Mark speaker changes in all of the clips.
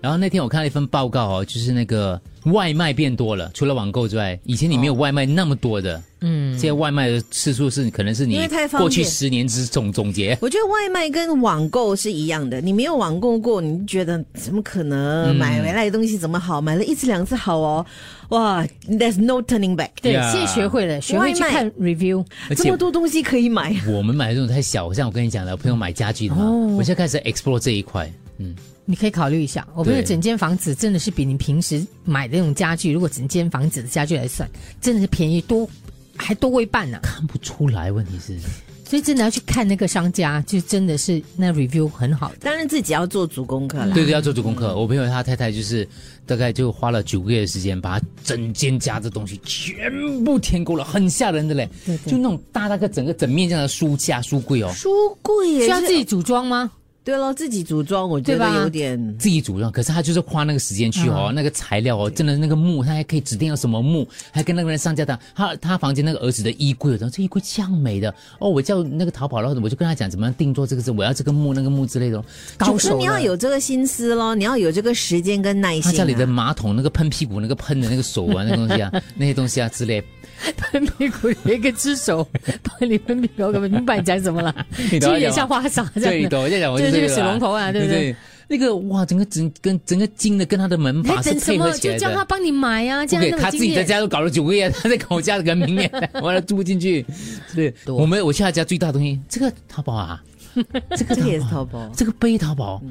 Speaker 1: 然后那天我看了一份报告哦，就是那个外卖变多了，除了网购之外，以前你没有外卖那么多的。嗯，这些外卖的次数是可能是你
Speaker 2: 因为太方便
Speaker 1: 过去十年之总总结。
Speaker 2: 我觉得外卖跟网购是一样的，你没有网购过，你就觉得怎么可
Speaker 1: 嗯
Speaker 2: 能买回来的东西怎么好？买了一次两次好哦，哇，there's no turning back，
Speaker 3: 对，
Speaker 1: Yeah
Speaker 3: 现在学会了，学会去
Speaker 2: 外卖
Speaker 3: 看 review。
Speaker 1: 而
Speaker 2: 这
Speaker 1: 且
Speaker 2: 么多东西可以买。
Speaker 1: 我们买的这种太小，像我跟你讲的，我朋友买家具的嘛，
Speaker 2: 哦
Speaker 1: 我现在开始 explore 这一块。嗯，
Speaker 3: 你可以考虑一下，我们的
Speaker 1: 对
Speaker 3: 整间房子真的是比你平时买的那种家具，如果整间房子的家具来算，真的是便宜多，还多过一半呢、
Speaker 1: 看不出来，问题是
Speaker 2: 嗯
Speaker 3: 所以真的要去看那个商家，就真的是那 review 很好的。
Speaker 2: 当然自己要做足功课啦。
Speaker 1: 对对，要做足功课。我朋友他太太就是大概就花了九个月的时间，把他整间家的东西全部填够了，很吓人的嘞。
Speaker 3: 对对
Speaker 1: 就那种大大个整个整面这样的书架、书柜哦，
Speaker 2: 书柜也
Speaker 3: 需要
Speaker 2: 是
Speaker 3: 自己组装吗？
Speaker 2: 对咯，自己组装，我觉
Speaker 3: 对
Speaker 2: 得
Speaker 3: 吧
Speaker 2: 有点。
Speaker 1: 自己组装。可是他就是花那个时间去哦，那个材料哦，真的那个木，他还可以指定要什么木，还跟那个人上架的。他他房间那个儿子的衣柜，然后这衣柜这样美的哦，我叫那个淘宝，然后我就跟他讲怎么样定做这个字，我要这个木那个木之类的哦。
Speaker 3: 高
Speaker 2: 就是
Speaker 3: 手
Speaker 2: 你要
Speaker 3: 了
Speaker 2: 有这个心思咯，你要有这个时间跟耐
Speaker 1: 他
Speaker 2: 心、
Speaker 1: 家
Speaker 2: 啊。
Speaker 1: 里的马桶那个喷屁股那个喷的那个手啊，那个东西 啊，那些东西啊之类，
Speaker 3: 喷屁股有一个只手 帮你喷屁股，我根本明白你讲什么了，
Speaker 1: 你
Speaker 3: 就
Speaker 1: 懂
Speaker 3: 有
Speaker 1: 我
Speaker 3: 点
Speaker 1: 讲
Speaker 3: 像
Speaker 1: 吗？
Speaker 3: 花洒这
Speaker 1: 啊对，
Speaker 3: 样的。
Speaker 1: 懂我在讲，我
Speaker 3: 就是
Speaker 1: 这
Speaker 3: 这个
Speaker 1: 个
Speaker 3: 水龙头啊对不对？
Speaker 1: 那个哇，整个整跟整个金的跟他的门
Speaker 3: 你还
Speaker 1: 把是
Speaker 3: 等什
Speaker 1: 配合
Speaker 3: 么？
Speaker 1: 起
Speaker 3: 就
Speaker 1: 来
Speaker 3: 叫他
Speaker 1: 的。
Speaker 3: 帮你买啊，这
Speaker 1: 不
Speaker 3: 样
Speaker 1: 给
Speaker 3: 那么
Speaker 1: 他自己
Speaker 3: 经
Speaker 1: 在
Speaker 3: 验。
Speaker 1: 家都搞了九个月，他 在搞我家跟明 年完了住不进去。对，我们我去他家最大的东西，这个淘宝 啊，这个
Speaker 2: 这个也是哦
Speaker 1: 淘
Speaker 2: 淘
Speaker 1: 宝，
Speaker 2: 宝，嗯
Speaker 1: 这个杯淘宝，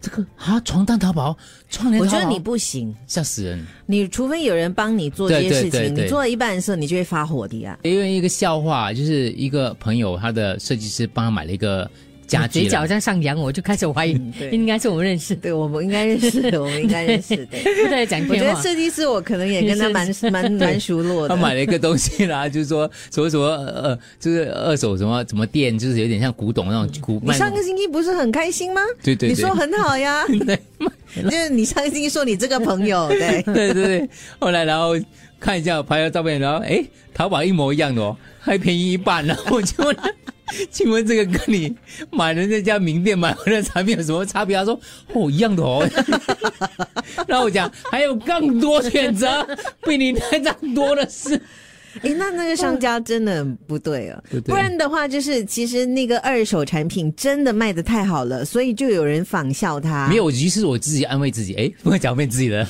Speaker 1: 这个啊床单淘宝，窗帘
Speaker 2: 我
Speaker 1: 淘宝，
Speaker 2: 觉得你不行，
Speaker 1: 吓死人。
Speaker 2: 你除非有人帮你做这些
Speaker 1: 对对
Speaker 2: 事情，
Speaker 1: 对对
Speaker 2: 你做到一半的时候，你就会发火的呀、
Speaker 1: 因为一个笑话，就是一个朋友他的设计师帮他买了一个家具
Speaker 3: 嘴
Speaker 1: 啦，
Speaker 3: 角这样上扬，我就开始怀疑
Speaker 2: 对，
Speaker 3: 应该是我们认识的，
Speaker 2: 对，我们应该认识，我们应该认识的。
Speaker 3: 不在讲
Speaker 2: 我觉
Speaker 3: 电
Speaker 2: 得
Speaker 3: 话。
Speaker 2: 设计师，我可能也跟他蛮蛮蛮熟络
Speaker 1: 他
Speaker 2: 的。
Speaker 1: 买了一个东西啦， 就是说什么什么呃，就是二手什么什么店，就是有点像古董那种古
Speaker 2: 你
Speaker 1: 卖那
Speaker 2: 上
Speaker 1: 种。
Speaker 2: 个星期不是很开心吗？
Speaker 1: 对对对
Speaker 2: 你说很好呀，
Speaker 1: 对
Speaker 2: 就是你上个星期说你这个朋 友，对，
Speaker 1: 对对对，后来然后看一下我拍的照片，然后哎，淘宝一模一样的哦，还便宜一半然后我就 问他请问这个跟你买的那家名店买回来的产品有什么差别？他说哦一样的哦。 然后我讲还有更多选择，比你那张多的是。
Speaker 2: 哎，那那个商家真的很不对啊
Speaker 1: 嗯不，对
Speaker 2: 不然的话就是其实那个二手产品真的卖的太好了，所以就有人仿效 他。
Speaker 1: 没有，于是我自己安慰自己，哎，不能讲被自己 的。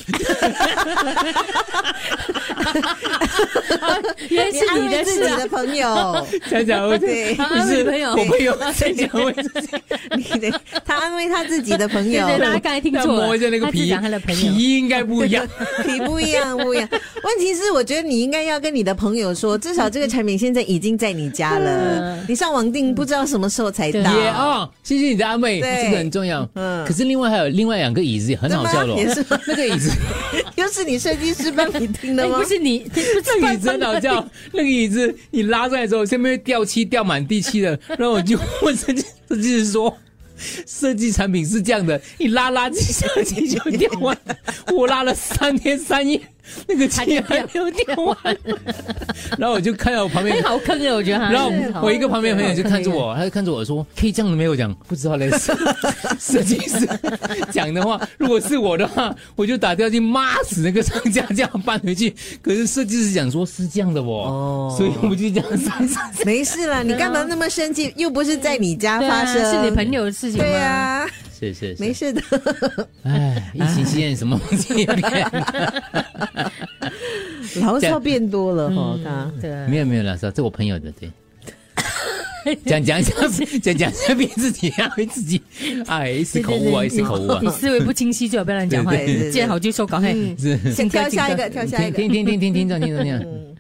Speaker 3: 原来
Speaker 2: 你
Speaker 3: 是
Speaker 2: 安
Speaker 3: 你
Speaker 2: 慰
Speaker 3: 的
Speaker 2: 自
Speaker 3: 事
Speaker 2: 己
Speaker 3: 啊！
Speaker 2: 的朋 友，
Speaker 1: 想想我
Speaker 2: 对
Speaker 1: 不
Speaker 3: 安慰
Speaker 1: 是
Speaker 3: 朋友
Speaker 1: 我朋友在讲我自己，
Speaker 2: 你得他安慰他自己的朋
Speaker 3: 对
Speaker 2: 友，
Speaker 3: 对，大家刚才 听错了，
Speaker 1: 摸一下那个
Speaker 3: 他只
Speaker 1: 皮
Speaker 3: 讲他的，朋友。哎
Speaker 1: 皮应该不一 样。
Speaker 2: 你不一样，不一样。问题是，我觉得你应该要跟你的朋友说，至少这个产品现在已经在你家
Speaker 3: 嗯
Speaker 2: 了，你上网订不知道什么时候才到。
Speaker 1: 也哦，谢谢你的安慰，
Speaker 2: 啊对
Speaker 1: 这个很重要。
Speaker 2: 嗯
Speaker 1: 可是另外还有另外两个椅子也很好笑的哦
Speaker 2: 真的吗也是吗，
Speaker 1: 那个椅 子，
Speaker 2: 又是你设计师帮你订的
Speaker 3: 哎
Speaker 2: 吗？
Speaker 3: 不是你，不是
Speaker 1: 那个椅子很好笑，那个椅子你拉上来之后，下面会掉漆掉满地漆的，然后我就问设计设计师说。设计产品是这样的，你拉垃圾上去就掉完了。我拉了三天三夜，那个漆还没有掉完。然后我就看到我旁 边
Speaker 3: 很好坑的，我觉得他。
Speaker 1: 然后
Speaker 3: 真的好
Speaker 1: 我一个旁边的朋友就看着，
Speaker 3: 好
Speaker 1: 我，他就看着我说：“可以这样的没有讲，不知道嘞。设”设计师讲的话，如果是我的话，我就打电话去骂死那个商家，这样搬回去。可是设计师讲说是这样的哦
Speaker 2: 哦，
Speaker 1: 所以我就这样删删。
Speaker 2: 没事啦，你干嘛那么生气？又不是在你家
Speaker 3: 坑人对
Speaker 2: 发
Speaker 3: 啊
Speaker 2: 生，
Speaker 3: 是你朋友的事情吗？
Speaker 2: 对啊呀，
Speaker 1: 是是
Speaker 2: 没，事 的。
Speaker 1: 哎，疫情期间什么东西也变了
Speaker 2: 牢骚变多了哈，他
Speaker 3: 对啊，
Speaker 1: 没有没有了，是吧这我朋友的对。讲讲讲讲讲讲变自己啊，变自己，哎，一时
Speaker 3: 对
Speaker 1: 口
Speaker 3: 对
Speaker 1: 误啊，
Speaker 3: 对
Speaker 1: 一时口误啊
Speaker 3: 你，思维不清晰就不要乱讲话
Speaker 1: 对
Speaker 2: 对对，对
Speaker 3: 见好就收，赶快。
Speaker 1: 是。
Speaker 2: 嗯想跳下一个，
Speaker 3: 紧
Speaker 2: 跳下一个。
Speaker 1: 听听听听听听着听着听着。